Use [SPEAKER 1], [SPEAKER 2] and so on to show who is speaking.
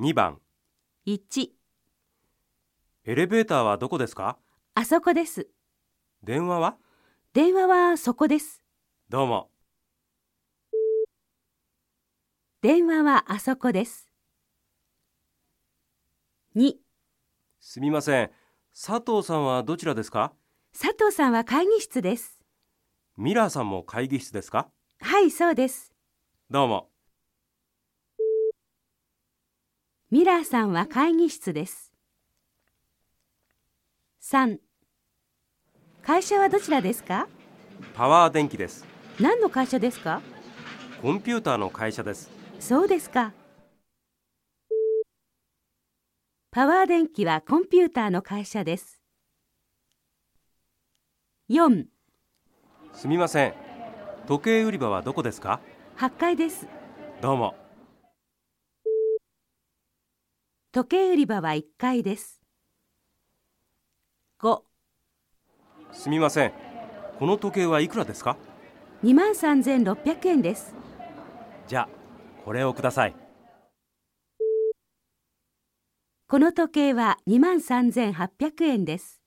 [SPEAKER 1] 2番
[SPEAKER 2] 1、
[SPEAKER 1] エレベーターはどこですか
[SPEAKER 2] あそこです。
[SPEAKER 1] 電話は
[SPEAKER 2] 電話はそこです。
[SPEAKER 1] どうも
[SPEAKER 2] 電話はあそこです。2、
[SPEAKER 1] すみません佐藤さんはどちらですか
[SPEAKER 2] 佐藤さんは会議室です。
[SPEAKER 1] ミラーさんも会議室ですか
[SPEAKER 2] はい、そうです。
[SPEAKER 1] どうも
[SPEAKER 2] ミラーさんは会議室です。3、会社はどちらですか
[SPEAKER 1] パワー電気です
[SPEAKER 2] 何の会社ですか
[SPEAKER 1] コンピューターの会社です
[SPEAKER 2] そうですか。パワー電気はコンピューターの会社です。4、
[SPEAKER 1] すみません時計売り場はどこですか
[SPEAKER 2] 8階です。
[SPEAKER 1] どうも
[SPEAKER 2] 時計売り場は1階です。5、
[SPEAKER 1] すみませんこの時計はいくらですか
[SPEAKER 2] 2万3600円です。
[SPEAKER 1] じゃあこれをください
[SPEAKER 2] この時計は2万3800円です。